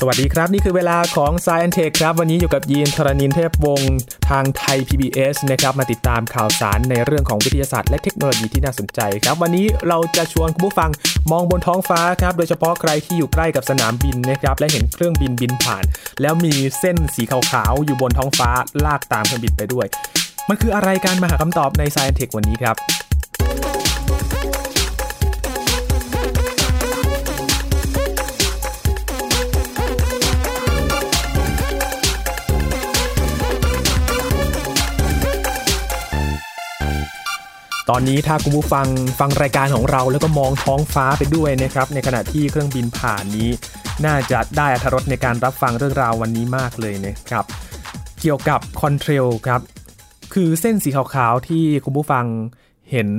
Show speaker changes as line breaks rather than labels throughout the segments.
สวัสดีครับ นี่คือเวลาของ Science Tech ครับ วันนี้อยู่กับยีนทรณินเทพวงศ์ทางไทย PBS นะครับมาติดตามข่าวสารในเรื่องของวิทยาศาสตร์และเทคโนโลยีที่น่าสนใจครับ วันนี้เราจะชวนคุณผู้ฟังมองบนท้องฟ้าครับ โดยเฉพาะใครที่อยู่ใกล้กับสนามบินนะครับ และเห็นเครื่องบินบินผ่าน แล้วมีเส้นสีขาวๆอยู่บนท้องฟ้าลากตามเครื่องบินไปด้วย มันคืออะไรการมาหาคำตอบใน Science Tech วันนี้ครับ ตอนนี้ถ้าคุณผู้ฟังฟังรายการของเราแล้วก็มองท้องฟ้าไปด้วยนะครับในขณะที่เครื่องบินผ่านนี้ น่าจะได้อรรถรสในการรับฟังเรื่องราววันนี้มากเลยนะครับ เกี่ยวกับคอนเทรลครับ คือเส้นสีขาวๆที่คุณผู้ฟังเห็น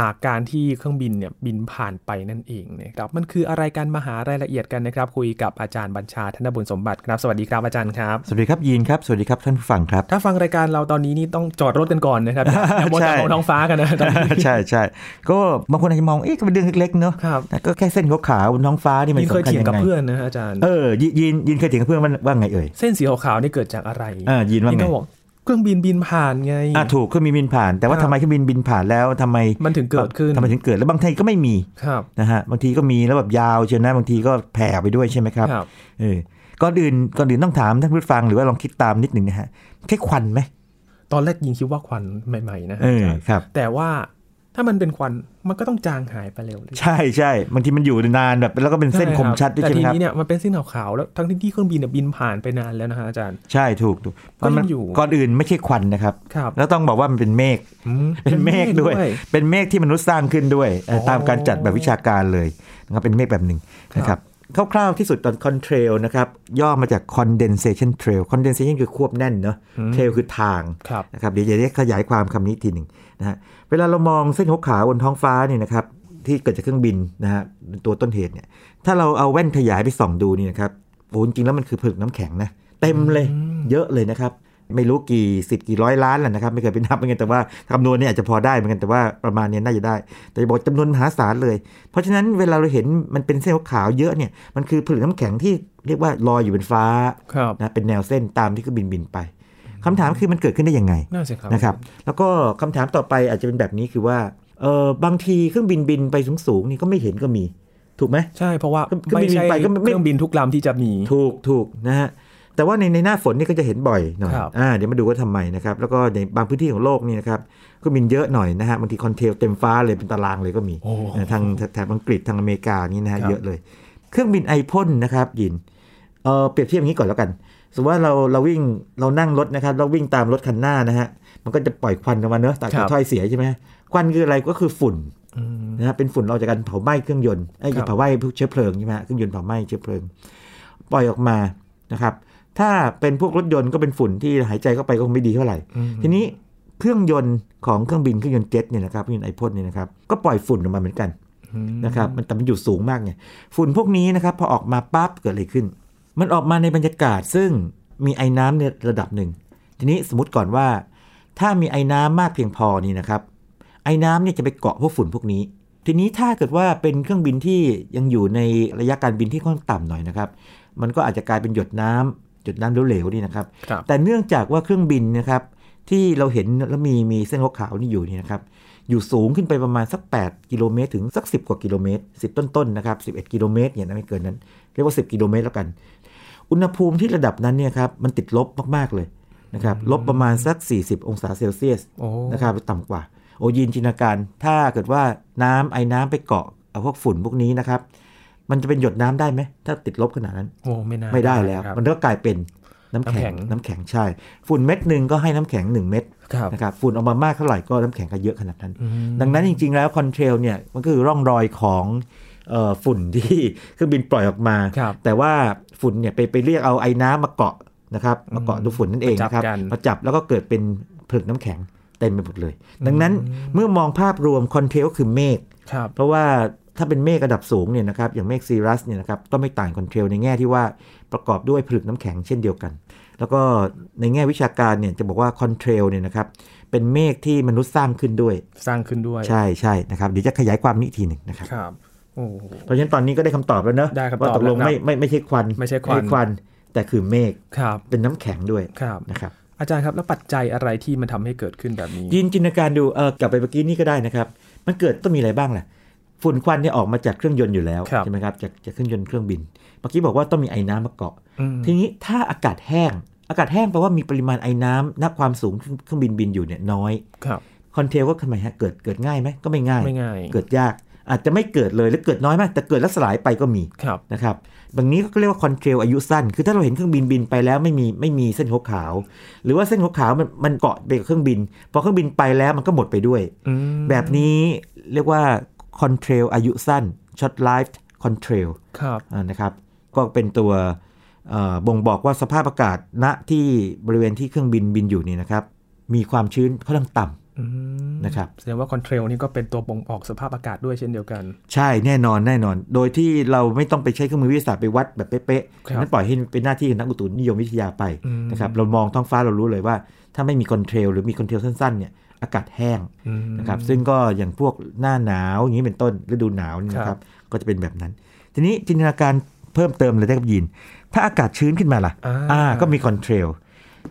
จากการที่เครื่องบินเนี่ยบินผ่านไปนั่นเองนะครับมันคืออะไรกันมาหารายละเอียดกันนะครับ คุยกับอาจารย์บัญชาธนบุญสมบัติครับ สวัสดีครับอาจารย์ครับ
สวัสดีครับยีนครับ สวัสดีครับท่านผู้ฟัง ครับ
ถ้าฟังรายการเราตอนนี้นี่ต้องจอดรถกันก่อนนะครับอย่ามัวแต่มองท้องฟ้ากันนะตอนนี้
ใช่ใช่ก็บางคนอาจจะมองเอ๊ะก็เป็นเรื่องเล็กๆเนอะ
ครับ
แต่ก็แค่เส้นขาวๆบนท้องฟ้านี่มัน
ยินเคย
สำคัญ
เถียง
ยัง
กับ
ไง
เพื่อนนะฮะอาจารย์
เออยียีนยีนเคยเถียงกับเพื่อนว่าว่าไงเอ่ย
เส้นสีขาวๆนี่เกิดจากอะไร
อ่ายีนว่า
ยิน
ไง
ก็บอกเครื่องบินบินผ่านไง
อ่าถูกเครื่องบินบินผ่าน แต่
ค
ว่า
รับ
ทำไมเครื่องบินบินผ่านแล้วทำไม
มันถึงเกิดขึ้น
ทำไมถึงเกิดแล้วบางทีก็ไม่มี
ครับ
นะฮะบางทีก็มีแล้วแบบยาวเชียวนะบางทีก็แผ่ออกไปด้วยใช่ไหมครับ
ครับ
เออก่อนอื่นก่อนอื่นต้องถามท่านผู้ฟังหรือว่าลองคิดตามนิดหนึ่งนะฮะแค่ควันไหม
ตอนแรกยินคิดว่าควันใหม่ๆนะ
เออ
อาจารย์
ครับ
แต่ว่าถ้ามันเป็นควันมันก็ต้องจางหายไปเร็วเลย
ใช่ใช่บางทีมันอยู่นานแบบแล้วก็เป็นเส้นคมชัดด้วย
แต่
ใช่ไห
ที
มครับ
นี้เนี่ยมันเป็นเส้นขาวๆแล้วทั้งที่เครื่องบินเนี่ยบินผ่านไปนานแล้วนะฮะอาจารย์
ใช่ถูกถูก
ก็ยัง
มัน
อยู่
ก่อนอื่นไม่ใช่ควันนะครับ
ครับ
แล้วต้องบอกว่ามันเป็นเมฆ
อื
เป็นเมฆด้วย เป็นเมฆที่มนุษย์สร้างขึ้นด้วยเอ่ออ
อ
ตามการจัดแบบวิชาการเลยนะครับเป็นเมฆแบบหนึ่งนะครับคร่าวๆที่สุดตอนคอนเทรลนะครับย่อมาจาก condensation trail condensation คือควบแน่นเนาะ trail คือทาง
ครับ
นะครับเดี๋ยวจะได้ขยายความคำนี้ทีหนึ่งนะฮะเวลาเรามองเส้นขาวๆบนท้องฟ้าเนี่ยนะครับที่เกิดจากเครื่องบินนะฮะตัวต้นเหตุเนี่ยถ้าเราเอาแว่นขยายไปส่องดูนี่นะครับโอ้จริงๆแล้วมันคือผลึกน้ำแข็งนะเต็มเลย เยอะเลยนะครับ ไม่รู้กี่สิบกี่ร้อยล้านแหละนะครับ ไม่เคยไปนับเหมือนกันแต่ว่าคำนวณเนี่ยอาจจะพอได้เหมือนกันแต่ว่าประมาณเนี้ยน่าจะได้ แต่บอกจำนวนมหาศาลเลย เพราะฉะนั้นเวลาเราเห็นมันเป็นเส้นขาวๆเยอะเนี่ยมันคือผลึกน้ำแข็งที่เรียกว่าลอยอยู่บนฟ้า
ครับ
นะเป็นแนวเส้นตามที่เครื่องบินบินไปคำถามคือมันเกิดขึ้นได้ยังไง
น่าสิครับ
นะครับแล้วก็คำถามต่อไปอาจจะเป็นแบบนี้คือว่าเออบางทีเครื่องบินบินไปสูงๆนี่ก็ไม่เห็นก็มีถูกไหม
ใช่เพราะว่า
เครื่อ
ไม่
งบิน
ใช่
ไปก็ไม่
เครื่องบินทุกลำที่จะมี
ถูกถูกนะฮะแต่ว่าในในหน้าฝนนี่ก็จะเห็นบ่อยหน่อย
ครับ
อ่าเดี๋ยวมาดูว่าทำไมนะครับ แล้วก็ในบางพื้นที่ของโลกนี่นะครับก็บินเยอะหน่อยนะฮะบางทีคอนเทลเต็มฟ้าเลยเป็นตารางเลยก็มี
โอ้
นะทางแถบอังกฤษทางอเมริกานี่นะฮะ
ครับ
เยอะเลย เครื่องบินไอพ่นนะครับยินเออเปรียบเทียบอย่างนี้ก่อนแล้วกันสมมติว่าเราเราวิ่งเรานั่งรถนะครับเราวิ่งตามรถคันหน้านะฮะมันก็จะปล่อยควันออกมาเนอะแต่ถ้อยเสียใช่ไหมควันคืออะไรก็คือฝุ่น
อืม
นะฮะเป็นฝุ่นเราจากการเผาไหม้เครื่องยนต์ไอ้ย
ครับ
เผาไหม้พวกเชื้อเพลิงใช่ไหมฮะเครื่องยนต์เผาไหม้เชื้อเพลิง ปล่อยออกมานะครับ ถ้าเป็นพวกรถยนต์ก็เป็นฝุ่นที่หายใจเข้าไปก็คงไม่ดีเท่าไหร่ ทีนี้เครื่องยนต์ของเครื่องบินเครื่องยนต์เจ็ตเนี่ยนะครับเครื่องยนต์ไอพ่นเนี่ยนะครับก็ปล่อยฝุ่นออกมาเหมือนกัน
อืม
นะครับมันแต่มันอยู่สูงมากไงฝุ่นพวกนี้นะครับพอออกมาปั๊บเกิดอะไรขึ้น มันออกมาในบรรยากาศซึ่งมีไอ้น้ำในระดับหนึ่ง ทีนี้สมมติก่อนว่า ถ้ามีไอ้น้ำมากเพียงพอนี่นะครับ ไอ้น้ำเนี่ยจะไปเกาะพวกฝุ่นพวกนี้ ทีนี้ถ้าเกิดว่าเป็นเครื่องบินที่ยังอยู่ในระยะการบินที่ค่อนข้างต่ำหน่อยนะครับ มันก็อาจจะกลายเป็นหยดน้ำหยดน้ำเหลวๆนี่นะครับ
ครับ
แต่เนื่องจากว่าเครื่องบินนะครับที่เราเห็นแล้วมีมีเส้นขาวๆนี่อยู่นี่นะครับ อยู่สูงขึ้นไปประมาณสัก 8 กิโลเมตรถึงสัก 10 กว่ากิโลเมตร 10 ต้นๆนะครับ11 กิโลเมตรเนี่ยนะไม่เกินนั้น เรียกว่า 10 กิโลเมตรแล้วกัน อุณหภูมิที่ระดับนั้นเนี่ยครับมันติดลบมากๆเลยนะครับลบประมาณสัก 40 องศาเซลเซียส
โอ้
นะครับต่ำกว่า โอยินจินตนาการ ถ้าเกิดว่าน้ำไอ้น้ำไปเกาะเอาพวกฝุ่นพวกนี้นะครับ มันจะเป็นหยดน้ำได้ไหม ถ้าติดลบขนาดนั้น
โอ้ไม่น่า
ไม่ได้แล้ว
ครับ
มันก็กลายเป็นน้ำแข็ง น้ำแข็งใช่ ฝุ่นเม็ดหนึ่งก็ให้น้ำแข็ง 1 เม็ด
ครับ
นะครับ ฝุ่นออกมามากเท่าไหร่ก็น้ำแข็งก็เยอะขนาดนั้น ดังนั้นจริง ๆ แล้วคอนเทรลเนี่ยมันก็คือร่องรอยของเอ่อฝุ่นที่ เครื่องบินปล่อยออกมา
ครับ
แต่ว่าฝุ่นเนี่ยไปไปเรียกเอาไอ้น้ำมาเกาะนะครับมาเกาะตัวฝุ่นนั่นเองนะครับ
มาจับกัน
มาจับแล้วก็เกิดเป็นผลึกน้ำแข็งเต็มไปหมดเลย ดังนั้นเมื่อมองภาพรวมคอนเทลคือเมฆ
ครับ
เพราะว่าถ้าเป็นเมฆระดับสูงเนี่ยนะครับอย่างเมฆซีรัสเนี่ยนะครับก็ไม่ต่างคอนเทลในแง่ที่ว่าประกอบด้วยผลึกน้ำแข็งเช่นเดียวกัน แล้วก็ในแง่วิชาการเนี่ยจะบอกว่าคอนเทลเนี่ยนะครับเป็นเมฆที่มนุษย์สร้างขึ้นด้วย
สร้างขึ้นด้วย
ใช่ใช่นะครับเดี๋ยวจะขยายความนี้อีกทีหนึ่งนะครับ
ครับ โอ้โห
เพราะฉะนั้นตอนนี้ก็ได้คำตอบแล้วเนอะ
ได้คำตอบ
ว่าตกลง
แล้วครับ
ไม่ไม่ไม่ใช่ควัน
ไม่ใช่ควัน
ควัน แต่คือเมฆ
ครับ
เป็นน้ำแข็งด้วย
ครับ
นะครับ
อาจารย์ครับแล้วปัจจัยอะไรที่มันทำให้เกิดขึ้นแบบนี้
ยินจินตนาการดูเออกลับไปเมื่อกี้นี่ก็ได้นะครับ มันเกิดต้องมีอะไรบ้างล่ะฝุ่นควันเนี่ยออกมาจากเครื่องยนต์อยู่แล้ว
ครับ
ใช่ไหมครับจากจากเครื่องยนต์เครื่องบิน เมื่อกี้บอกว่าต้องมีไอ้น้ำมาเกาะ
อืม
ทีนี้ถ้าอากาศแห้ง อากาศแห้งแปลว่ามีปริมาณไอ้น้ำณความสูงเครื่องบินบินอยู่เนี่ยน้อย
ครับ
คอนเทลก็ทำไมฮะเกิดเกิดง่ายไหมก็ไม่ง่าย
ไม่ง่าย
เกิดยาก อาจจะไม่เกิดเลยหรือเกิดน้อยมาก แต่เกิดแล้วสลายไปก็มี
ครับ
นะครับบางนี้ก็เรียกว่าคอนเทลอายุสั้น คือถ้าเราเห็นเครื่องบินบินไปแล้วไม่มีไม่มีเส้นขาวขาวๆหรือว่าเส้นขาวขาวๆมันมันเกาะไปกับเครื่องบิน พอเครื่องบินไปแล้วมันก็หมดไปด้วย
อืม
แบบนี้เรียกว่าคอนเทลอายุสั้นช็อตไลฟ์คอนเทล
ครับ
อ่านะครับก็เป็นตัวเอ่อบ่งบอกว่าสภาพอากาศณที่บริเวณที่เครื่องบินบินอยู่นี่นะครับ มีความชื้นค่อนข้างต่ำ
อืม
นะครับ
แสดงว่าคอนเทรลนี่ก็เป็นตัวบ่งออกสภาพอากาศด้วยเช่นเดียวกัน
ใช่แน่นอนแน่นอน โดยที่เราไม่ต้องไปใช้เครื่องมือวิทยาศาสตร์ไปวัดแบบเป๊ะ
ค
ๆ
รับ
นั้นปล่อยให้เป็นหน้าที่ของนักอุตุนิยมวิทยาไป
อืม
นะครับเรามองท้องฟ้าเรารู้เลยว่า ถ้าไม่มีคอนเทรลหรือมีคอนเทรลสั้นๆเนี่ยอากาศแห้ง
อืม
นะครับซึ่งก็อย่างพวกหน้าหนาวอย่างนี้เป็นต้นฤดูหนาวนี่นะค
ครั
รับ บก็จะเป็นแบบนั้น ทีนี้จินตนาการเพิ่มเติมเลยได้กับยิน ถ้าอากาศชื้นขึ้นมาล่ะ
อ่า
อ่าก็มีคอนเทรล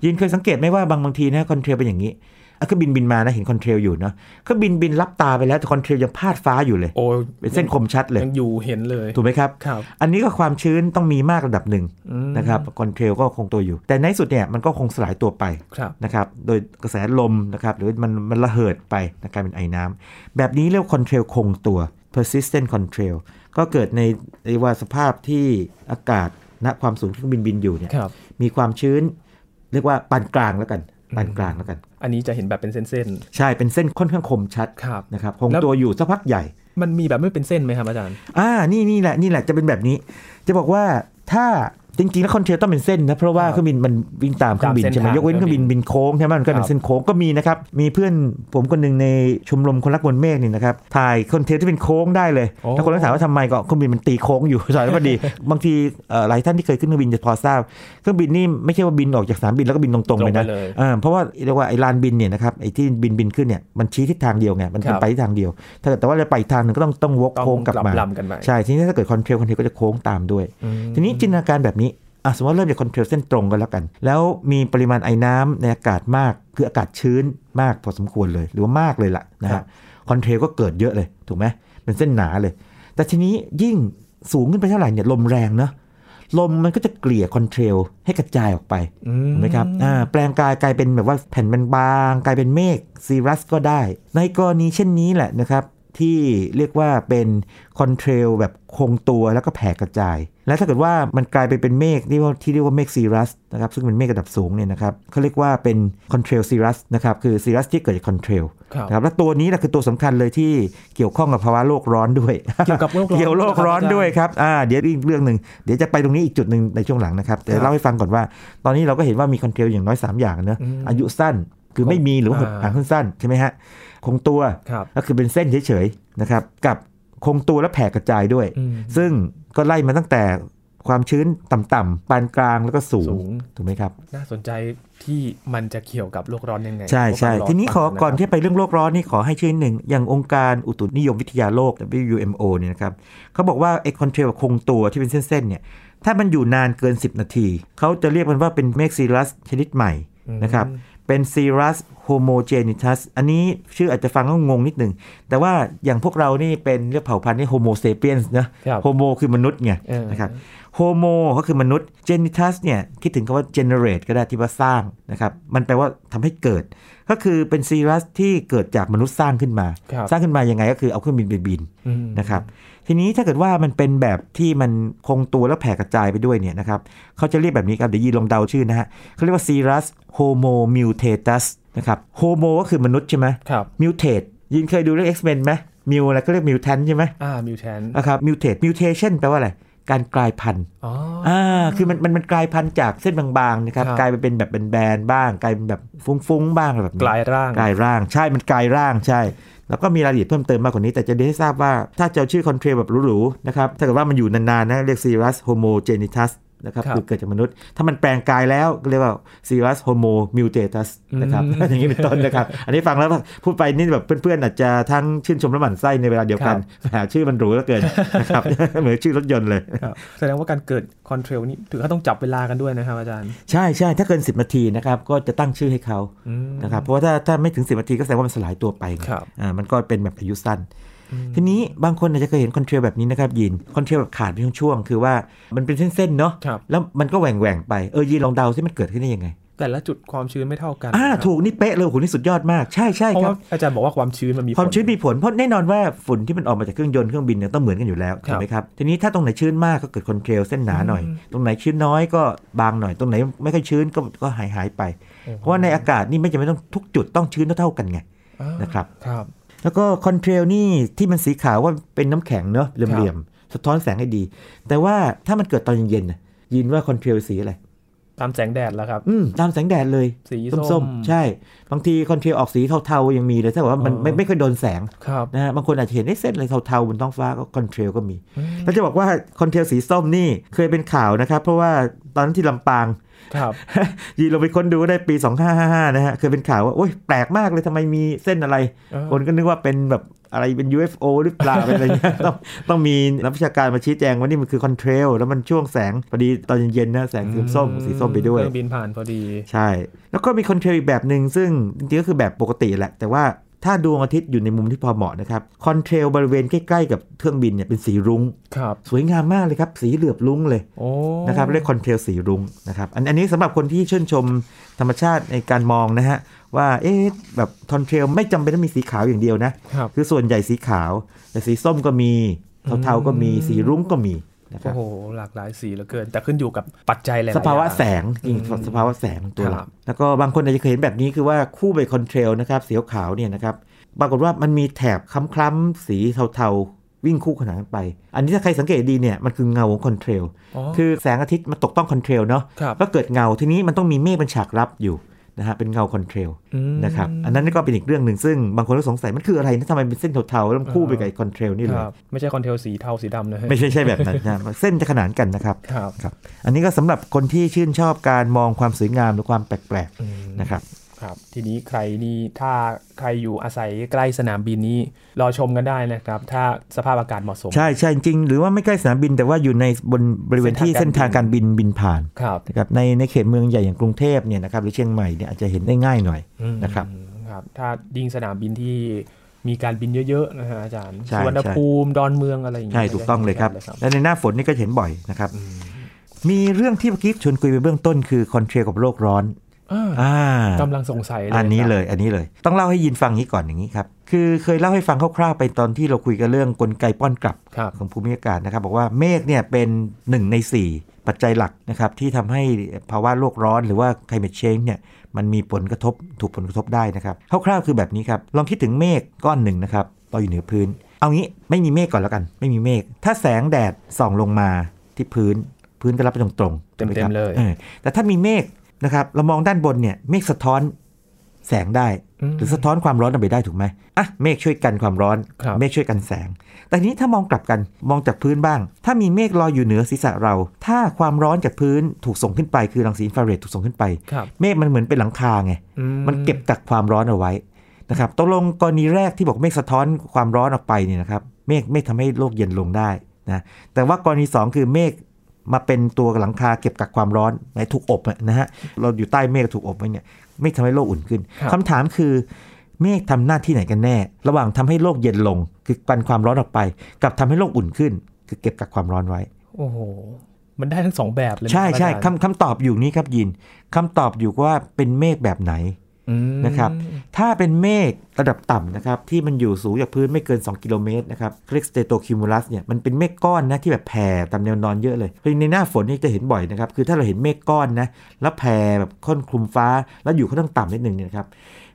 ยินเคยสังเกตไหมว่าบางบางทีนะคอนเทรลเป็นอย่างนี้อ่ะเครื่องบินบินมานะเห็นคอนเทรลอยู่เนาะเครื่องบินบินรับตาไปแล้วแต่คอนเทรลยังพาดฟ้าอยู่เลย
โอ้ย
เป็นเส้นคมชัดเลย
ยังอยู่เห็นเลย
ถูกไหมครับ
ครับ
อันนี้ก็ความชื้นต้องมีมากระดับหนึ่ง
อืม
นะครับคอนเทรลก็คงตัวอยู่ แต่ในที่สุดเนี่ยมันก็คงสลายตัวไป
ครับ
นะครับโดยกระแสลมนะครับหรือมันมันระเหิดไปนะกลายเป็นไอน้ำแบบนี้เรียกว่าคอนเทรลคงตัว persistent control ก็เกิดในเรียกว่าสภาพที่อากาศณความสูงที่เครื่องบินบินอยู่เนี่ย
ครับ
มีความชื้น เรียกว่าปานกลางแล้วกันปานกลางแล้วกัน
อันนี้จะเห็นแบบเป็นเส้น
ใช่เป็นเส้นค่อนข้างคมชัด
ๆครับ
นะครับคง
แล้ว
ตัวอยู่สักพักใหญ่
มันมีแบบไม่เป็นเส้นไหมครับอาจารย์
อ่านี่นี่แหละนี่แหละจะเป็นแบบนี้ จะบอกว่าถ้าจริงๆแล้วคอนเทลต้องเป็นเส้นนะเพราะว่า
ครับ
เครื่องบินมันวิ่งตามเครื่องบิน
ตามเส้น
ใช่ไหม
ทาง
ยกเว้นเครื่องบินบินโค้งใช่ไหมมันก็เป็
ครั
น
บ
เส้นโค้งก็มีนะครับมีเพื่อนผมคนหนึ่งในชมรมคนรักบนเมฆนี่นะครับถ่ายคอนเทลที่เป็นโค้งได้เลยถ้าคนรักถามว่าทำไมก็เครื่องบินมันตีโค้งอยู่ สายแล้วพอดี บางทีเอ่อหลายท่านที่เคยขึ้นเครื่องบินจะพอทราบเครื่องบินนี่ไม่ใช่ว่าบินออกจากสนามบินแล้วก็บินตรงๆเลยนะ
เลย
อ่าเพราะว่าเรียกว่าไอ้ลานบินเนี่ยนะครับไอ้ที่บินบินขึ้นเนี่ยมันชี้ทิศทางเดียวไงมัน
ครับ
ไปทิศทางเดียวถ้าเกิดแต่ว่าเราไปอีกทางหนึ่งก็ต้องต้องวก
ต้อง
โค้งกลับมา
ลำกันไป
ใช่ทีนี้ถ้าเกิดคอนเทรลคอนเทรลก็จะโค้งตามด้วย
อืม
ทีนี้จินตนาการแบบนี้อ่ะสมมติว่าเริ่มจากคอนเทรลเส้นตรงกันแล้วกัน แล้วมีปริมาณไอ้น้ำในอากาศมากคืออากาศชื้นมากพอสมควรเลยหรือว่ามากเลยล่ะนะฮะคอนเทรลก็เกิดเยอะเลยถูกไหมเป็นเส้นหนาเลย แต่ทีนี้ยิ่งสูงขึ้นไปเท่าไหร่เนี่ยลมแรงเนอะลมมันก็จะเกลี่ยคอนเทรลให้กระจายออกไป
อื
ถูกไหมครับอ่าแปลงกายกลายเป็นแบบว่าแผ่นบางๆกลายเป็นเมฆซีรัสก็ได้ ในกรณีเช่นนี้แหละนะครับ ที่เรียกว่าเป็นคอนเทรลแบบคงตัวแล้วก็แผ่กระจาย และถ้าเกิดว่ามันกลายไปเป็นเมฆที่ว่าที่เรียกว่าเมฆซีรัสนะครับซึ่งเป็นเมฆระดับสูงเนี่ยนะครับเขาเรียกว่าเป็นคอนเทรลซีรัสนะครับคือซีรัสที่เกิดจากคอนเทรล
ครับ
นะครับและตัวนี้แหละคือตัวสำคัญเลยที่เกี่ยวข้องกับภาวะโลกร้อนด้วย
เกี่ยวกับโลกร้อน
เกี่ยวโลกร้อนด้วยครับ อ่า เดี๋ยวอีกเรื่องหนึ่ง เดี๋ยวจะไปตรงนี้อีกจุดหนึ่งในช่วงหลังนะครับ แต่เล่าให้ฟังก่อนว่า ตอนนี้เราก็เห็นว่ามีคอนเทลอย่างน้อย 3 อย่างเนอะ
อืม
อายุสั้น คือไม่มีหรือว่าหด
อ่า
หางสั้นๆใช่ไหมฮะ คงตัว
ครับ
ก็คือเป็นเส้นเฉยๆนะครับ กับคงตัวและแผ่กระจายด้วย
อืม
ซึ่งก็ไล่มาตั้งแต่ความชื้นต่ำๆปานกลางแล้วก็สูง
สูง
ถูกไหมครับ
น่าสนใจที่มันจะเกี่ยวกับโลกร้อนยังไง
ใช่ใช่
โลกร้
ทีนี้ขอ
ฟัง
ก่อน
ครับ
ที่ไปเรื่องโลกร้อนนี่ขอให้ชื่อหนึ่ง อย่างองค์การอุตุนิยมวิทยาโลก WMO เนี่ยนะครับเขาบอกว่าไอคอนเทรลคงตัวที่เป็นเส้น ๆ เนี่ย ถ้ามันอยู่นานเกิน 10 นาที เขาจะเรียกมันว่าเป็นเมฆซีรัสชนิดใหม่นะครับ เป็นซีรัสโฮโมเจนิตัสอันนี้ชื่ออาจจะฟังก็งงนิดหนึ่ง แต่ว่าอย่างพวกเรานี่เป็นเรียกเผ่าพันธุ์ที่โฮโมเซเปียนนะ
ครับ
โฮโมคือมนุษย์ไง
เออ
นะครับโฮโมก็คือมนุษย์เจนิตัสเนี่ย คิดถึงคำว่า generate ก็ได้ที่ว่าสร้างนะครับ มันแปลว่าทำให้เกิด ก็คือเป็นซีรัสที่เกิดจากมนุษย์สร้างขึ้นมา
ครับ
สร้างขึ้นมายังไงก็คือเอาเครื่องบินไปบิน
อืม
นะครับทีนี้ถ้าเกิดว่ามันเป็นแบบที่มันคงตัวแล้วแผ่กระจายไปด้วยเนี่ยนะครับเขาจะเรียกแบบนี้ครับเดี๋ยวยีลองเดาชื่อนะฮะเขาเรียกว่า Cirrus Homo mutatus นะครับ Homo ก็คือมนุษย์ใช่ไหม
ครับ
Mutate ยินเคยดูเรื่อง X-Men ไหมมิวอะไรก็เรียก Mutant ใช่ไหม
อ่ามิวแทน
นะครับ Mutate Mutation แปลว่าอะไร การกลายพันธุ์
อ๋อ
อ่าคือมันมันมันกลายพันธุ์จากเส้นบางๆนะครับ
ครับ
กลายไปเป็นแบบแบนๆบ้างกลายเป็นแบบฟุ้งๆบ้างอะไรแบบนี้
กลายร่าง
กลายร่างใช่มันกลายร่างใช่ แล้วก็มีรายละเอียดเพิ่มเติมมากกว่านี้ แต่จะได้ให้ทราบว่าถ้าจะเอาชื่อคอนเทรลแบบหรูๆนะครับถ้าเกิดว่ามันอยู่นานๆนะเรียกซีรัสโฮโมเจนิตัส นะครับ
ครับ
คือเกิดจากมนุษย์ ถ้ามันแปลงกายแล้วก็เรียกว่า cirrus homo mutatus นะครับ
อืม
อย่างนี้เป็นต้น นะครับ อันนี้ฟังแล้วแบบพูดไปนี่แบบเพื่อนๆอาจจะทั้งชื่นชมและหมั่นไส้ในเวลาเดียวกันหาชื่อมันหรูเหลือเกินนะครับ เหมือนชื่อรถยนต์เลย
ครับแสดงว่าการเกิดคอนเทรลนี่ถือว่าต้องจับเวลากันด้วยนะครับอาจารย์
ใช่ใช่ถ้าเกิน 10นาทีนะครับก็จะตั้งชื่อให้เขา
อืม
นะครับเพราะว่าถ้าถ้าไม่ถึง 10นาทีก็แสดงว่ามันสลายตัวไปไง
ครับ
อ่ามันก็เป็นแบบอายุสั้น ทีนี้บางคนอาจจะเคยเห็นคอนเทรลแบบนี้นะครับยีนคอนเทรลแบบขาดเป็นช่วงๆคือว่ามันเป็นเส้นๆเนาะ
ครับ
แล้วมันก็แหว่งแหว่งๆไปเออยีนลองเดาซิมันเกิดขึ้นได้ยังไง
แต่ละจุดความชื้นไม่เท่ากัน
อ่า
นะครับ
ถูกนี่เป๊ะเลยโอ้โหนี่สุดยอดมากใช่ใช่
เพราะ
ครั
ว่า
บ
อาจารย์บอกว่าความชื้นมันมีผล
ความชื้นมีผลเพราะแน่นอนว่าฝุ่นที่มันออกมาจากเครื่องยนต์เครื่องบินเนี่ยต้องเหมือนกันอยู่แล้ว
ครับ
ถูกไหมครับทีนี้ถ้าตรงไหนชื้นมากก็เกิดคอนเทรลเส้นหนาหน่อย ตรงไหนชื้นน้อยก็บางหน่อย ตรงไหนไม่ค่อยชื้นก็ก็หายหายไป
โอ้โห
เพราะว่าในอากาศนี่ไม่จำเป็นต้องทุกจุดต้องชื้นเท่าๆกันไง
อ่า
นะครับ
ครับ
แล้วก็คอนเทรลนี่ที่มันสีขาวว่าเป็นน้ำแข็งเนาะเหลี่ยมๆสะท้อนแสงให้ดี แต่ว่าถ้ามันเกิดตอนเย็นๆน่ะยินว่าคอนเทรลสีอะไร
ตามแสงแดดแล้วครับ
อืมตามแสงแดดเลย
สีส้
ส้
ม
มๆใช่บางทีคอนเทรลออกสีเทาๆยังมีเลยถ้าบอกว่ามัน
อ๋อ
ไม่ไม่ค่อยโดนแสง
ครับ
นะฮะบางคนอาจจะเห็นไอ้เส้นอะไรเทาๆบนท้องฟ้าก็คอนเทรลก็มีแล้วจะบอกว่าคอนเทรลสีส้มนี่เคยเป็นข่าวนะครับ เพราะว่าตอนนั้นที่ลำปาง
ครับ
ยีเราไปค้นดูก็ได้ปี 2555 นะฮะเคยเป็นข่าวว่า โอ๊ยแปลกมากเลยทำไมมีเส้นอะไร
เออ
คนก็นึกว่าเป็นแบบอะไรเป็น UFO หรือเปล่า เป็นอะไรเงี้ย ต้องต้องมีนักวิชาการมาชี้แจงว่านี่มันคือคอนเทรลแล้วมันช่วงแสงพอดีตอนเย็นๆนะแสงสีส้มสีส้มไปด้วย
เครื่องบินผ่านพอดี
ใช่ แล้วก็มีคอนเทรลอีกแบบหนึ่งซึ่งจริงๆก็คือแบบปกติแหละ แต่ว่าถ้าดวงอาทิตย์อยู่ในมุมที่พอเหมาะนะครับ คอนเทรลบริเวณใกล้ๆกับเครื่องบินเนี่ยเป็นสีรุง้ง
ครับ
สวยงามมากเลยครับ สีเหลือบรุ้งเลย
โอ้
นะครับเรียกคอนเทรลสีรุ้งนะครับอันอันนี้สำหรับคนที่ชื่นชมธรรมชาติในการมองนะฮะว่าเอ๊ะแบบคอนเทรลไม่จำเป็นต้องมีสีขาวอย่างเดียวนะ
ครับ
คือส่วนใหญ่สีขาว แต่สีส้มก็มีเทาๆก็มีสีรุ้งก็มีนะค
โอ้
รับ
โห หลากหลายสีเหลือเกิน แต่ขึ้นอยู่กับปัจจัยหลายๆ
สภาวะ
อย่ง
แสงจริง
อืม
สภาวะแสงตัวห
ครั
ลัก
บ
แล้วก็บางคนอาจจะเคยเห็นแบบนี้คือว่าคู่ไปคอนเทรลนะครับสีขาวเนี่ยนะครับปรากฏว่ามันมีแถบคล้ำๆสีเทาๆ วิ่งคู่ขนานกันไป อันนี้ถ้าใครสังเกตดีเนี่ยมันคือเงาของคอนเทรล
อ๋อ
คือแสงอาทิตย์มันตกต้องคอนเทรลเนาะ
ครับ
ก็เกิดเงาทีนี้มันต้องมีเมฆเป็นฉากรับอยู่นะฮะเป็นเงาคอนเทรล
ม
นะครับอันนั้นก็เป็นอีกเรื่องหนึ่งซึ่งบางคนก็สงสัยมันคืออะไรนะทำไมเป็นเส้นเทาๆแล้วมันคู่ไปกับไอ้คอนเทรลนี่เล
ค
ย
รับไม่ใช่คอนเทลสีเทาสีดำนะฮะ
ไม่ใช่ใช่แบบนั้นนะ เส้นจะขนานกันนะครับ
ครับ
ครับอันนี้ก็สำหรับคนที่ชื่นชอบการมองความสวยงามหรือความแปลกๆนะครับ
ครับ ทีนี้ใครนี่ถ้าใครอยู่อาศัยใกล้สนามบินนี้รอชมกันได้นะครับ ถ้าสภาพอากาศเหมาะสม
ใช่ใช่จริง หรือว่าไม่ใกล้สนามบินแต่ว่าอยู่ในบนบริเวณที่
เส้
เส้น
น
ทา
ทาง ง
กา
การ รบิ
บิน
น
บินผ่าน
ครับ
นะครับในในเขตเมืองใหญ่อย่างกรุงเทพเนี่ยนะครับหรือเชียงใหม่เนี่ยอาจจะเห็นได้ง่ายหน่อยนะครับ
อืมครับ ถ้ายิงสนามบินที่มีการบินเยอะๆนะฮะอาจารย์
ใช่
สุวรรณภูมิดอนเมืองอะไรอย่างเงี้
ใช่
ย
ถูกต้องเลยครับ
จะห็นกั
และในหน้าฝนนี่ก็เห็นบ่อยนะครับ มีเรื่องที่เมื่อกี้ชวนคุยไปเบื้องต้นคือคอนเทรลกับโลกร้อน
อ่า
อ่า
กำลังสงสัยเลย
อันนี้
ครับ
เลยอันนี้เลยต้องเล่าให้ยินฟังอย่างนี้ก่อนอย่างนี้ครับ คือเคยเล่าให้ฟังคร่าวๆไปตอนที่เราคุยกันเรื่องกลไกป้อนกลับ
ครับ
ของภูมิอากาศนะครับบอกว่าเมฆเนี่ยเป็น 1 ใน 4 ปัจจัยหลักนะครับที่ทำให้ภาวะโลกร้อนหรือว่า climate change เนี่ยมันมีผลกระทบถูกผลกระทบได้นะครับคร่าวๆคือแบบนี้ครับ ลองคิดถึงเมฆก้อนหนึ่งนะครับลอยอยู่เหนือพื้น เอางี้ไม่มีเมฆก่อนแล้วกัน ไม่มีเมฆถ้าแสงแดดส่องลงมาที่พื้น พื้นก็รับไปตรงๆ
เต็มๆเลย
ออแต่ถ้ามีเมฆนะครับเรามองด้านบนเนี่ยเมฆสะท้อนแสงได้ หรือ
ม
สะท้อนความร้อนออกไปได้ถูกไหมอ่ะเมฆช่วยกันความร้อน
ครับ
เมฆช่วยกันแสง แต่ทีนี้ถ้ามองกลับกันมองจากพื้นบ้าง ถ้ามีเมฆลอยอยู่เหนือศีรษะเรา ถ้าความร้อนจากพื้นถูกส่งขึ้นไปคือรังสีอินฟราเรดถูกส่งขึ้นไป
ครับ
เมฆมันเหมือนเป็นหลังคาไง
อื
มันเก็บกักความร้อนเอาไว้นะครับตกลงกรณีแรกที่บอกเมฆสะท้อนความร้อนออกไปเนี่ยนะครับ เมฆไม่ทำให้โลกเย็นลงได้นะ แต่ว่ากรณีสองคือเมฆมาเป็นตัวหลังคาเก็บกักความร้อนไหนถูกอบอะนะฮะ เราอยู่ใต้เมฆถูกอบไว้เนี่ยเมฆทำให้โลกอุ่นขึ้นคำถามคือ เมฆทำหน้าที่ไหนกันแน่ ระหว่างทำให้โลกเย็นลง คือกันความร้อนออกไป กับทำให้โลกอุ่นขึ้น คือเก็บกักความร้อนไว้
โอ้โห มันได้ทั้งสองแบบเลย
ใช่ใช่
อาจารย์
คำคำตอบอยู่นี้ครับยินคำตอบอยู่ว่าเป็นเมฆแบบไหน
อืม
นะครับ ถ้าเป็นเมฆระดับต่ำนะครับที่มันอยู่สูงจากพื้นไม่เกิน 2 กิโลเมตรนะครับเรียกสเตโตคิมูลัสเนี่ยมันเป็นเมฆก้อนนะที่แบบแผ่ตามแนวนอนเยอะเลยคือในหน้าฝนนี่จะเห็นบ่อยนะครับคือถ้าเราเห็นเมฆก้อนนะแล้วแผ่แบบค่อนคลุมฟ้าแล้วอยู่ค่อนข้างต่ำนิดหนึ่งเนี่ยนะครับ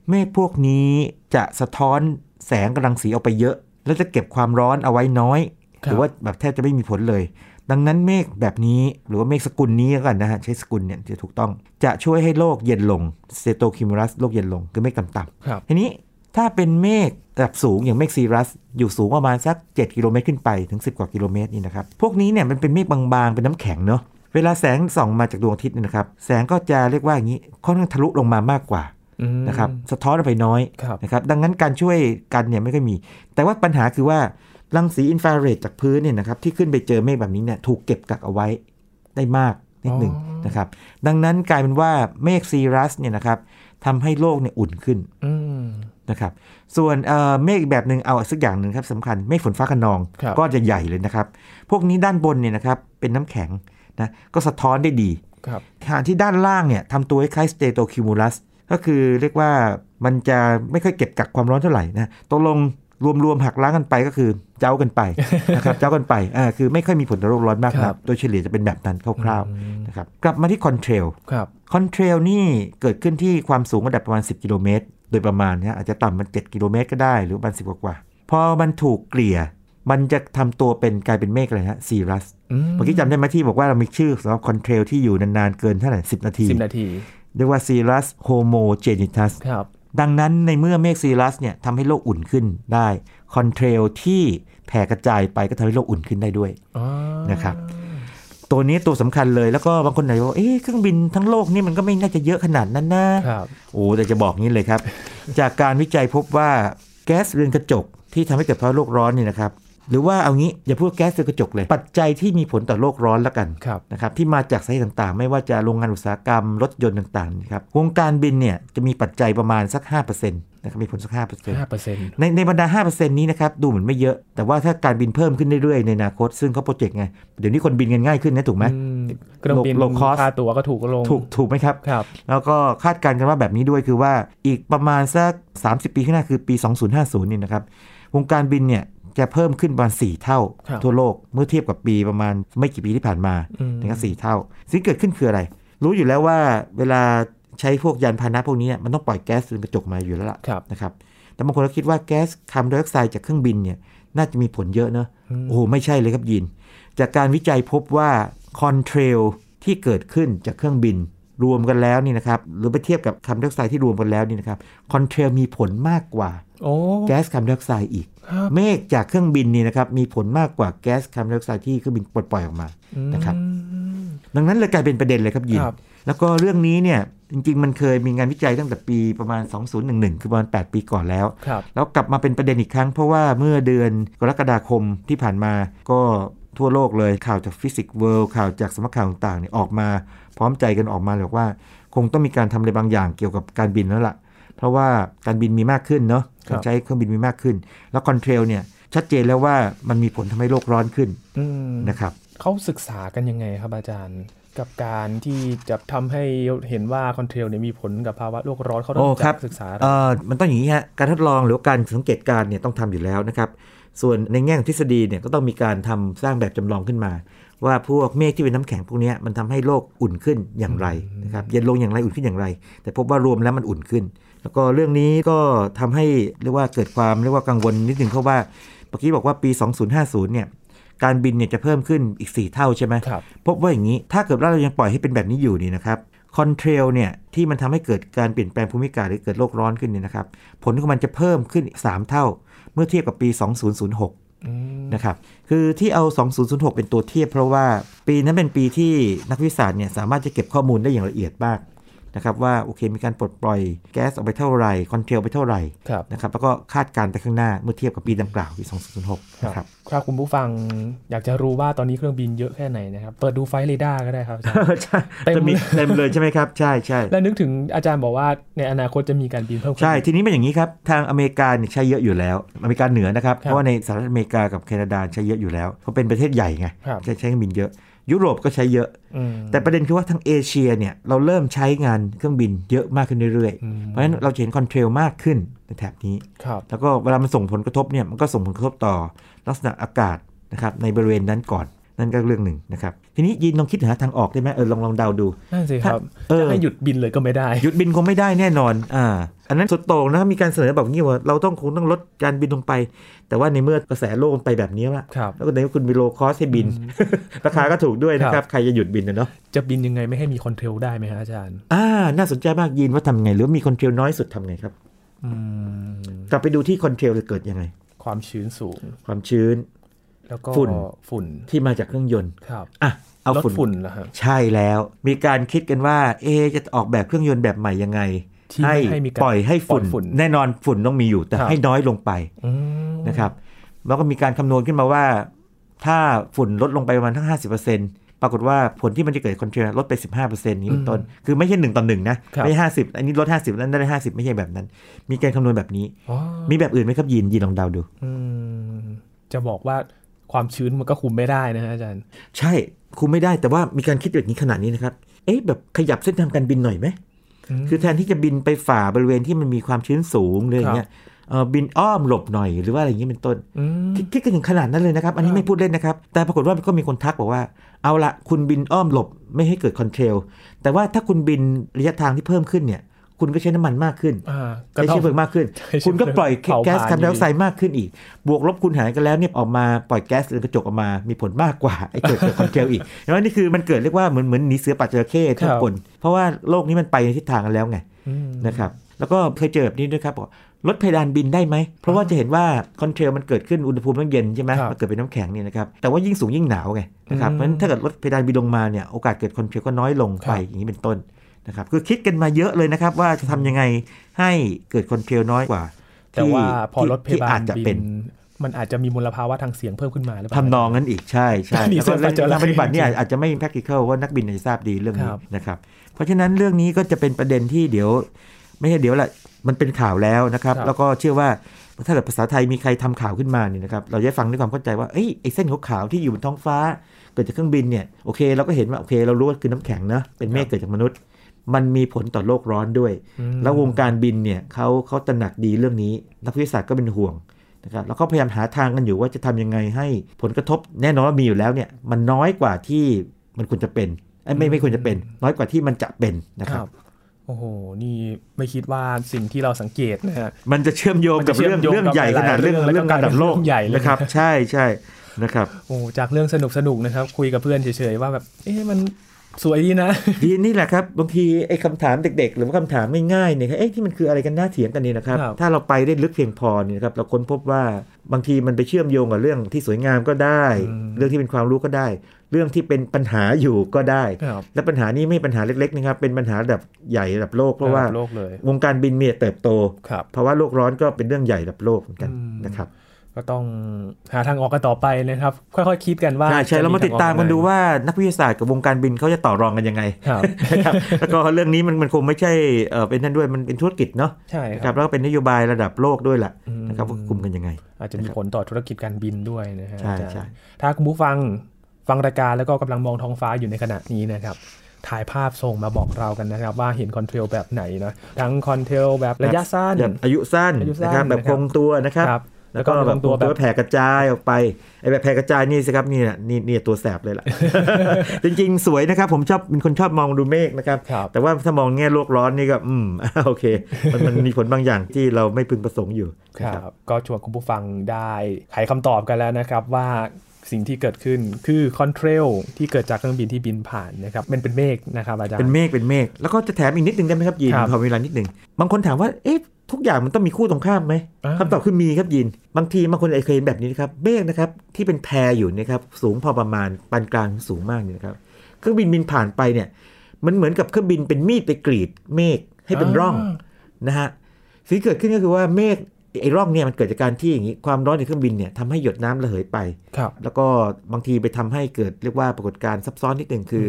เมฆพวกนี้จะสะท้อนแสงกำลังสีออกไปเยอะ แล้วจะเก็บความร้อนเอาไว้น้อย
ค
ห
บ
รือว่าแบบแทบจะไม่มีผลเลย ดังนั้นเมฆแบบนี้หรือว่าเมฆสกุลนี้แล้วกันนะฮะใช้สกุลเนี่ยจะถูกต้อง จะช่วยให้โลกเย็นลงเซโตคิมูลัสโลกเย็นลงคือเมฆต่ำ
ครับ
ๆทีนี้ถ้าเป็นเมฆระดับสูงอย่างเมฆซีรัส อยู่สูงประมาณสัก 7 กิโลเมตรขึ้นไปถึง 10 กว่ากิโลเมตรนี่นะครับ พวกนี้เนี่ยมันเป็นเมฆบางๆ เป็นน้ำแข็งเนาะ เวลาแสงส่องมาจากดวงอาทิตย์เนี่ยนะครับ แสงก็จะเรียกว่าอย่างนี้ค่อนข้างทะลุลงมามากกว่า
อืม
นะครับ สะท้อนออกไปน้อย
ครับ
นะครับดังนั้นการช่วยกันเนี่ยไม่ค่อยมี แต่ว่าปัญหาคือว่ารังสีอินฟราเรดจากพื้นเนี่ยนะครับที่ขึ้นไปเจอเมฆแบบนี้เนี่ยถูกเก็บกักเอาไว้ได้มากนิดหนึ่ง
อ๋อ
นะครับดังนั้นกลายเป็นว่าเมฆซีรัสเนี่ยนะครับทำให้โลกเนี่ยอุ่นขึ้น
อืม
นะครับส่วนเอ่อเมฆอีกแบบหนึ่งเอาสักอย่างหนึ่งครับสำคัญเมฆฝนฟ้าขนอง
ครับ
ก็จะใหญ่เลยนะครับ พวกนี้ด้านบนเนี่ยนะครับเป็นน้ำแข็งนะก็สะท้อนได้ดี
ครับ
ฐานที่ด้านล่างเนี่ยทำตัวคล้ายสเตโตคิวมูลัสก็คือเรียกว่ามันจะไม่ค่อยเก็บกักความร้อนเท่าไหร่นะตกลงรวมๆหักล้างกันไปก็คือเจ้ากันไป นะครับเจ้ากันไปอ่าคือไม่ค่อยมีผลต่อโลกร้อนมากนักโดยเฉลี่ยจะเป็นแบบนั้นคร่าว
อืม
ๆนะครับกลับมาที่คอนเทรล
ครับ
คอนเทรลนี่เกิดขึ้นที่ความสูงระดับประมาณ 10 กิโลเมตร โดยประมาณนะอาจจะต่ำมัน 7 กิโลเมตรก็ได้หรือประมาณ10 กว่าๆพอมันถูกเกลี่ย มันจะทำตัวเป็นกลายเป็นเมฆอะไรฮะซีรัส เมื่อกี้จำได้ไหมที่บอกว่าเรามีชื่อสำหรับคอนเทรลที่อยู่นาน ๆ เกินเท่าไหร่สินาที
สิบนาที
เรียกว่าซีรัสโฮโมเจนิตัส
ครับ
ดังนั้นในเมื่อเมฆซีรัสเนี่ยทำให้โลกอุ่นขึ้นได้คอนเทรลที่แผ่กระจายไปก็ทำให้โลกอุ่นขึ้นได้ด้วย
อ๋อ
นะครับ ตัวนี้ตัวสำคัญเลยแล้วก็บางคนไหนบอกว่าเอ๊ะเครื่องบินทั้งโลกนี่มันก็ไม่น่าจะเยอะขนาดนั้นนะ
ครับ
โอ้แต่จะบอกงี้เลยครับ จากการวิจัยพบว่าแก๊สเรือนกระจกที่ทำให้เกิดภาวะโลกร้อนเนี่ยนะครับ หรือว่าเอางี้อย่าพูดแก๊สเรือนกระจกเลย ปัจจัยที่มีผลต่อโลกร้อนแล้วกัน
ครับ
นะครับที่มาจากสาเหตุต่างๆ ไม่ว่าจะโรงงานอุตสาหกรรมรถยนต์ต่างๆนะครับวงการบินเนี่ยจะมีปัจจัยประมาณสัก5%นะครับมีผลสัก5%
ห้าเปอร์เซ็นต์
ในในบรรดา 5%นี้นะครับ ดูเหมือนไม่เยอะ แต่ว่าถ้าการบินเพิ่มขึ้นเรื่อยๆ ในอนาคต ซึ่งเขาโปรเจกต์ไง เดี๋ยวนี้คนบินกันง่ายขึ้นนะถูกไหม
เครื่องบิน
low- low cost
ค่าตั๋วก็ถูกลง
ถูกถูกไหมครับ
ครับ
แล้วก็คาดการณ์กันว่าแบบนี้ด้วยคือว่าอีกประมาณสัก 30 ปีข้างหน้าคือปี 2050 นี่นะครับ วงการบินเนี่ยจะเพิ่มขึ้นประมาณ 4 เท่า
ครับ
ทั่วโลกเมื่อเทียบกับปีประมาณไม่กี่ปีที่ผ่านมา
อืม
นะครับสี่เท่า สิ่งที่เกิดขึ้นคืออะไร รู้อยู่แล้วว่าเวลาใช้พวกยานพาหนะพวกนี้เนี่ยมันต้องปล่อยแก๊สเรือนกระจกมาอยู่แล้วล่ะ
ครับ
นะครับ แต่บางคนก็คิดว่าแก๊สคาร์บอนไดออกไซด์จากเครื่องบินเนี่ยน่าจะมีผลเยอะเนอะ
อืม
โอ้โห ไม่ใช่เลยครับยิน จากการวิจัยพบว่าคอนเทรลที่เกิดขึ้นจากเครื่องบิน รวมกันแล้วนี่นะครับ หรือไปเทียบกับคาร์บอนไดออกไซด์ที่รวมกันแล้วนี่นะครับ คอนเทรลมีผลมากกว่า
โอ้
แก๊สคาร์บอนไดออกไซด์อีก
ครับ
เมฆจากเครื่องบินนี่นะครับมีผลมากกว่าแก๊สคาร์บอนไดออกไซด์ที่เครื่องบินปลดปล่อยออกมา นะครับ
อืม
ดังนั้นเลยกลายเป็นประเด็นเลยครับยิน
ครับ
แล้วก็เรื่องนี้เนี่ยจริง ๆ มันเคยมีงานวิจัยตั้งแต่ปีประมาณ 2011 คือประมาณ 8 ปีก่อนแล้ว
ครับ
แล้วกลับมาเป็นประเด็นอีกครั้งเพราะว่าเมื่อเดือนกรกฎาคมที่ผ่านมาก็ทั่วโลกเลยข่าวจากฟิสิกส์เวิลด์ข่าวจากสำนักข่าวต่างๆเนี่ยออกมา พร้อมใจกันออกมาเลยบอกว่า คงต้องมีการทำอะไรบางอย่างเกี่ยวกับการบินแล้วล่ะ เพราะว่าการบินมีมากขึ้นเนาะการใช้เครื่องบินมีมากขึ้น แล้วคอนเทรลเนี่ยชัดเจนแล้วว่ามันมีผลทำให้โลกร้อนขึ้น
อืม
นะครับ
เขาศึกษากันยังไงครับอาจารย์ กับการที่จะทำให้เห็นว่าคอนเทรลเนี่ยมีผลกับภาวะโลกร้อนเขาต้อง
โอ้ครับ
ศึกษา
เอ่อมันต้องอย่างนี้ฮะการทดลองหรือว่าการสังเกตการณ์เนี่ยต้องทำอยู่แล้วนะครับ ส่วนในแง่ของทฤษฎีเนี่ยก็ต้องมีการทำสร้างแบบจำลองขึ้นมา ว่าพวกเมฆที่เป็นน้ำแข็งพวกเนี้ยมันทำให้โลกอุ่นขึ้นอย่างไรนะครับเย็นลงอย่างไรอุ่นขึ้นอย่างไร แต่พบว่ารวมแล้วมันอุ่นขึ้น แล้วก็เรื่องนี้ก็ทำให้เรียกว่าเกิดความเรียกว่ากังวลนิดหนึ่งเพราะว่าเมื่อกี้บอกว่าปี 2050เนี่ยการบินเนี่ยจะเพิ่มขึ้นอีก 4 เท่าใช่ไหม
ครับ
พบว่าอย่างนี้ ถ้าเกิดว่าเรายังปล่อยให้เป็นแบบนี้อยู่นี่นะครับ คอนเทรลเนี่ยที่มันทำให้เกิดการเปลี่ยนแปลงภูมิอากาศหรือเกิดโลกร้อนขึ้นเนี่ยนะครับ ผลของมันจะเพิ่มขึ้นอีก3เท่า เมื่อเทียบกับปี 2006
อืม
นะครับ คือที่เอา 2006 เป็นตัวเทียบ เพราะว่าปีนั้นเป็นปีที่นักวิทยาศาสตร์เนี่ยสามารถจะเก็บข้อมูลได้อย่างละเอียดมากนะครับว่าโอเคมีการปลดปล่อยแก๊สออกไปเท่าไหร่คอนเทรลไปเท่าไหร่
ครับ
นะครับแล้วก็คาดการณ์ไปข้างหน้าเมื่อเทียบกับปีดังกล่าวปี 2006 นะครับ
ครับคุณผู้ฟังอยากจะรู้ว่าตอนนี้เครื่องบินเยอะแค่ไหนนะครับเปิดดูไฟล์เรดาร์ก็ได้ครับอาจารย์
ใช่
เต็ม
จะมีเต็มเลยใช่ไหมครับใช่ใช่
และนึกถึงอาจารย์บอกว่าในอนาคตจะมีการบินเพิ่มขึ้น
ใช่ ทีนี้เป็นอย่างนี้ครับ ทางอเมริกาเนี่ยใช้เยอะอยู่แล้ว อเมริกาเหนือนะครับ
ครับ
เพราะว่าในสหรัฐอเมริกากับแคนาดาใช้เยอะอยู่แล้ว เพราะเป็นประเทศใหญ่ไง
ครับ
ใช้ใช้เครื่องบินเยอะ ยุโรปก็ใช้เยอะ
อืม
แต่ประเด็นคือว่าทางเอเชียเนี่ยเราเริ่มใช้งานเครื่องบินเยอะมากขึ้นเรื่อย
อืม
ๆ เพราะฉะนั้นเราจะเห็นคอนเทรลมากขึ้นในแถบนี้
ครับ
แล้วก็เวลามันส่งผลกระทบเนี่ยมันก็ส่งผลกระทบต่อลักษณะอากาศนะครับในบริเวณนั้นก่อน นั่นก็เรื่องหนึ่งนะครับ ทีนี้ยินลองคิดหาทางออกได้ไหมเออลองลองเดาดู
นั่นสิครับ
เออ
จะให้หยุดบินเลยก็ไม่ได้
หยุดบินคงไม่ได้แน่นอน อ่า อันนั้นสุดโต่งนะ มีการเสนอแบบนี้ว่าเราต้องคงต้องลดการบินลงไป แต่ว่าในเมื่อกระแสโลกมันไปแบบนี้ละ
ครับ
แล้วก็ในเมื่อคุณมีโลคอสให้บิน ราคาก็ถูกด้วยนะค
ครั
รับ
บ
ใครจะหยุดบินนะเนาะ
จะบินยังไงไม่ให้มีคอนเทรลได้ไหมฮะอาจารย์
อ่า น่าสนใจมากยินว่าทำไง หรือมีคอนเทรลน้อยสุดทำไงครับ
อืม
กลับไปดูที่คอนเทรลจะเกิดยังไง
ความชื้นสูง
ความชื้น
แล้วก็
ฝุ่น
ฝุ่น
ที่มาจากเครื่องยนต์
ครับ
อ่ะเอา
ลด
ฝุ่น
ฝุ่นเหรอฮะ
ใช่แล้วมีการคิดกันว่า เอะจะออกแบบเครื่องยนต์แบบใหม่ยังไง
ที่ไม่ให้มีการ
ปล่อยให้ฝุ่น
ปล่อยฝุ่น
แน่นอนฝุ่นต้องมีอยู่แต่
ครับ
ให้น้อยลงไป
อืม
นะครับ แล้วก็มีการคำนวณขึ้นมาว่า ถ้าฝุ่นลดลงไปประมาณทั้ง 50%ปรากฏว่าผลที่มันจะเกิดคอนเทนลดไป 15%นี้เป็นต้น คือไม่ใช่ 1 ต่อ 1 นะ ไม่ใช่50 อันนี้ลด 50นั้นได้ 50 ไม่ใช่แบบนั้น มีการคำนวณแบบนี้
อ๋อ
มีแบบอื่นไหมครับยีนยีนลองเดาดู
อืมจะบอกว่าความชื้นมันก็คุมไม่ได้นะฮะอาจารย์
ใช่คุมไม่ได้แต่ว่ามีการคิดแบบนี้ขนาดนี้นะครับเอ๊ะแบบขยับเส้นทางการบินหน่อยไหม คือแทนที่จะบินไปฝ่าบริเวณที่มันมีความชื้นสูงเลยอย่างเงี้ยเอ่อบินอ้อมหลบหน่อยหรือว่าอะไรอย่างนี้เป็นต้น
อืม
คิดคิดกันถึงขนาดนั้นเลยนะครับ อัน
ค
นี้
รับ
ไม่พูดเล่นนะครับ แต่ปรากฏว่าก็มีคนทักบอกว่า เอาละคุณบินอ้อมหลบไม่ให้เกิดคอนเทรลแต่ว่าถ้าคุณบินระยะทางที่เพิ่มขึ้นเนี่ย คุณก็ใช้น้ำมันมากขึ้น
อ่าก็
ใช้
ต้อง
เชื้อเพลิงมากขึ้น
ใช้
คุณก็ปล่อย
เชื้อเพลิง
แก๊ส
เผาผลาญ
คาร์บอนไดออกไซด์มากขึ้นอีก บวกลบคูณหารกันแล้วเนี่ยออกมาปล่อยแก๊สเรือนกระจกออกมา มีผลมากกว่าไอ้เกิดเกิดคอนเทรลอีกดังนั้นนี่คือมันเกิดเรียกว่าเหมือนเหมือนหนีเสือป่าจระเข้ทุกคนเพราะว่าโลกนี้มันไปในทิศทางกันแล้วไง
อืม
นะครับแล้วก็เคยเจอแบบนี้ด้วยครับบอกลดเพดานบินได้ไหม เพราะว่าจะเห็นว่าคอนเทรลมันเกิดขึ้นอุณหภูมิมันเย็นใช่ไหม
ครับ
มันเกิดเป็นน้ำแข็งเนี่ยนะครับแต่ว่ายิ่งสูงยิ่งหนาวไงนะครับ
อืม
เพราะฉะนั้นถ้าเกิดลดเพดานบินลงมาเนี่ยโอกาสเกิดคอนเทรลก็น้อยลง
ค
ไป
รับ
อย่างนี้เป็นต้นนะครับคือคิดกันมาเยอะเลยนะครับว่าจะทำยังไงให้เกิดคอนเทรลน้อยกว่า
แต่
ที่
ว่าพอลดเพ
ที่
ดา
อาน จจะ
บิ
เป็น
นมันอาจจะมีมลภาวะทางเสียงเพิ่มขึ้นมาหรือเปล่า
ทำนองนั้นอีกใช่ใช่
มี
แล้ว
เส้ นป
ก็
ระจระเข้
ทางปฏิบัติเนี่ยอาจ จะไม่ practical ว่านักบินอาจจะทราบดีเรื่องนี้
ครับ
นะครับเพราะฉะนั้นเรื่องนี้ก็จะเป็นประเด็นที่เดี๋ยว ไม่ใช่เดี๋ยวแหละ มันเป็นข่าวแล้วนะครับ
ครับ
แล้วก็เชื่อว่าถ้าเกิดภาษาไทยมีใครทำข่าวขึ้นมาเนี่ยนะครับ เราจะได้ฟังด้วยความเข้าใจว่า เอ้ย ไอ้เส้นขาวๆที่อยู่บนท้องฟ้า เกิดจากเครื่องบินเนี่ย โอเค เราก็เห็นว่า โอเค เรารู้ว่าคือน้ำแข็งนะ เป็นเมฆเกิดจากมนุษย์ มันมีผลต่อโลกร้อนด้วย
อืม
แล้ววงการบินเนี่ยเขาเขาตระหนักดีเรื่องนี้ นักวิทยาศาสตร์ก็เป็นห่วงนะครับแล้วก็พยายามหาทางกันอยู่ว่าจะทำยังไงให้ผลกระทบแน่นอนว่ามีอยู่แล้วเนี่ยมันน้อยกว่าที่มันควรจะเป็นเอ้ยไม่ไม่ควรจะเป็น น้อยกว่าที่มันจะเป็นนะครับ
โอ้โห นี่ไม่คิดว่าสิ่งที่เราสังเกตนะฮะ
มันจะเชื่อมโยงกับ
มันจะเชื่อ
เรื่อง
มโยงกับ
เรื่องใหญ่
ห
ข
ลายๆ
นาดเรื่อง
เรื่
เรื่
อ
อง ง
แล้วกลา
การ
ย
ระดั
เป็
บ
น
โลก
เรื่องใหญ่เลย
นะครับ ใช่ใช่นะครับ
โอ้จากเรื่องสนุกสนุกๆนะครับ คุยกับเพื่อนเฉยๆว่าแบบ เอ๊ะมันสวยดีนะ
ทีนี่แหละครับบางทีไอ้คำถามเด็ก ๆ หรือว่าคำถามง่ายๆเนี่ยครับเอ๊ะที่มันคืออะไรกันน่าเถียงกันเนี่ยนะครับ
ครับ
ถ้าเราไปได้ลึกเพียงพอเนี่ยนะครับเราค้นพบว่าบางทีมันไปเชื่อมโยงกับเรื่องที่สวยงามก็ได้ เรื่องที่เป็นความรู้ก็ได้ เรื่องที่เป็นปัญหาอยู่ก็ได้
ครับ
และปัญหานี้ไม่ใช่ปัญหาเล็กๆนะครับเป็นปัญหาระดับใหญ่ระดับโลกเพราะว่า
ระดับโลกเลย
วงการบินมีแต่เติบโต
ครับ
ภาวะโลกร้อนก็เป็นเรื่องใหญ่ระดับโลกเหมือนกัน
อืม
นะครับ
ก็ต้องหาทางออกกันต่อไปนะครับ ค่อยๆคิดกันว่า
ใช่ใช่
จะ
เรามาติดตามกันดูว่านักวิทยาศาสตร์กับวงการบินเขาจะต่อรองกันยังไง
ครับ
นะครับ แล้วก็เรื่องนี้มันมันคงไม่ใช่เอ่อเป็นนั่นด้วยมันเป็นธุรกิจเนาะ
ใช่
นะ
ค
ครั
รั
บบ แล้วก็เป็นนโยบายระดับโลกด้วยล่ะ
อืม
นะครับว่าคุมกันยังไง
อาจจะมีผลต่อธุรกิจการบินด้วยนะฮะ
ใช่
อาจารย์
ใช่
ถ้าคุณผู้ฟังฟังรายการแล้วก็กำลังมองท้องฟ้าอยู่ในขณะนี้นะครับ ถ่ายภาพส่งมาบอกเรากันนะครับ ว่าเห็นคอนเทรลแบบไหนนะทั้งคอนเทรลแบบระยะสั้น
แบบอายุสั้น
อายุสั้น
นะครับแบบ
นะครับ
คงตัวนะครับ
ครับแล้
แล้ว ว
ก็
ก็แบบ
มีา
บ
ง
ค
ตัว
ง
แบ
ตัว
บ
แผ่กระจายออกไปไอ้แบบแผ่กระจายนี่สิครับนี่น่ะนี่นี่ตัวแสบเลย ล่ะ จริงๆ สวยนะครับผมชอบเป็นคนชอบมองดูเมฆนะครับ
ครับ
แต่ว่าถ้ามองแง่โลกร้อนนี่ก็อืม โอเค มันมันมีผลบางอย่างที่เราไม่พึงประสงค์อยู่
ค
นะ
รั
ครับ
บก็ชวนคุณผู้ฟังได้ไขคำตอบกันแล้วนะครับว่าสิ่งที่เกิดขึ้นคือคอนเทรลที่เกิดจากเครื่องบินที่บินผ่านนะครับมันเป็นเมฆนะครับอาจาร
เป็น
ย์
เมฆเป็นเมฆแล้วก็จะแถมอีกนิดนึงได้ไหมครับยีน
ครับ
พอมีเวลานิดนึงบางคนถามว่าเอ๊ะทุกอย่างมันต้องมีคู่ตรงข้ามไหม
อ่า
คำตอบคือมีครับยีนบางทีบางคนเคยเห็นแบบนี้นะครับเมฆนะครับที่เป็นแพรอยู่เนะครับสูงพอประมาณปานกลางถึงสูงมากเนี่ยนะครับเครื่องบินบินผ่านไปเนี่ยมันเหมือนกับเครื่องบินเป็นมีดไปกรีดเมฆให้เป็นร่องนะฮะสิ่งที่เกิดขึ้นก็คือว่าเมฆไอ้ร่องเนี่ยมันเกิดจากการที่อย่างนี้ความร้อนในเครื่องบินเนี่ยทำให้หยดน้ำระเหยไป
ครับ
แล้วก็บางทีไปทำให้เกิดเรียกว่าปรากฏการณ์ซับซ้อนนิดหนึ่งคือ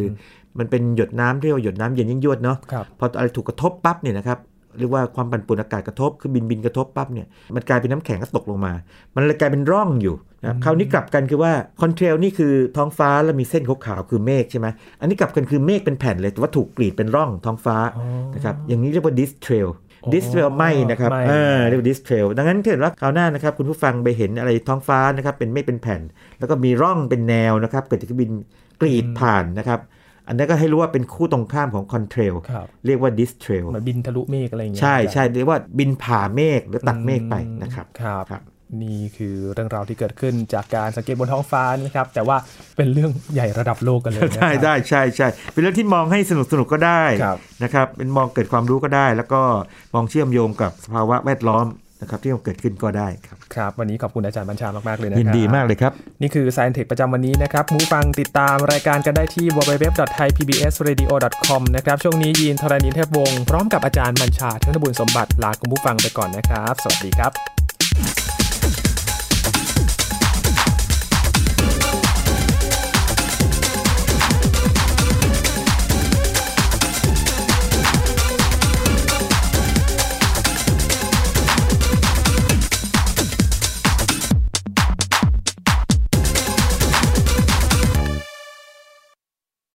มันเป็นหยดน้ำที่เรียกว่าหยดน้ำเย็นยิ่งยวดเนาะ
ครับ
พออะไรถูกกระทบปั๊บเนี่ยนะครับเรียกว่าความปั่นป่วนอากาศกระทบคือบินบินกระทบปั๊บเนี่ยมันกลายเป็นน้ำแข็งก็ตกลงมา มันเลยกลายเป็นร่องอยู่นะครับคราวนี้กลับกันคือว่าคอนเทรลนี่คือท้องฟ้าแล้วมีเส้นขาวๆคือเมฆใช่ไหมอันนี้กลับกันคือเมฆเป็นแผ่นเลยแต่ว่าถูกกรีดเป็นร่องท้องฟ้า
อ๋อ
นะครับอย่างนี้เรียกว่าดิสเทรล
อ๋อ
ดิสเทรลไหมนะครับ
ไหม้
เออเรียกว่าดิสเทรลดังนั้นถ้าเกิดว่าคราวหน้านะครับคุณผู้ฟังไปเห็นอะไรท้องฟ้านะครับเป็นเมฆเป็นแผ่น แล้วก็มีร่องเป็นแนวนะครับเกิดจากเครื่องบินกรีดผ่านนะครับ อันนั้นก็ให้รู้ว่าเป็นคู่ตรงข้ามของคอนเทรล
ครับ
เรียกว่าดิสเทรล
เหมือนบินทะลุเมฆอะไรอย่างเงี้ย
ใช่
อาจารย์
ใช่เรียกว่าบินผ่าเมฆหรือตัดเมฆไปนะครับ
ครับ
ครับ
นี่คือเรื่องราวที่เกิดขึ้นจากการสังเกตบนท้องฟ้านะครับ แต่ว่าเป็นเรื่องใหญ่ระดับโลกกันเลยนะครับ
ใช่ได้ใช่ใช่เป็นเรื่องที่มองให้สนุกสนุกก็ได้
ครับ
นะครับเป็นมองเกิดความรู้ก็ได้ แล้วก็มองเชื่อมโยงกับสภาวะแวดล้อม นะครับที่เกิดขึ้นก็ได้ครับ
ครับ วันนี้ขอบคุณอาจารย์บัญชามากๆเลยนะครับ
ยินดีมากเลยครับ
นี่คือ Science Tech ประจำวันนี้นะครับมูฟังติดตามรายการกันได้ที่ www.thaipbsradio.com นะครับช่วงนี้ยีนทรณินเทพวงศ์พร้อมกับอาจารย์บัญชาเทนบุญสมบัติลาคุณผู้ฟังไปก่อนนะครับ สวัสดีครับ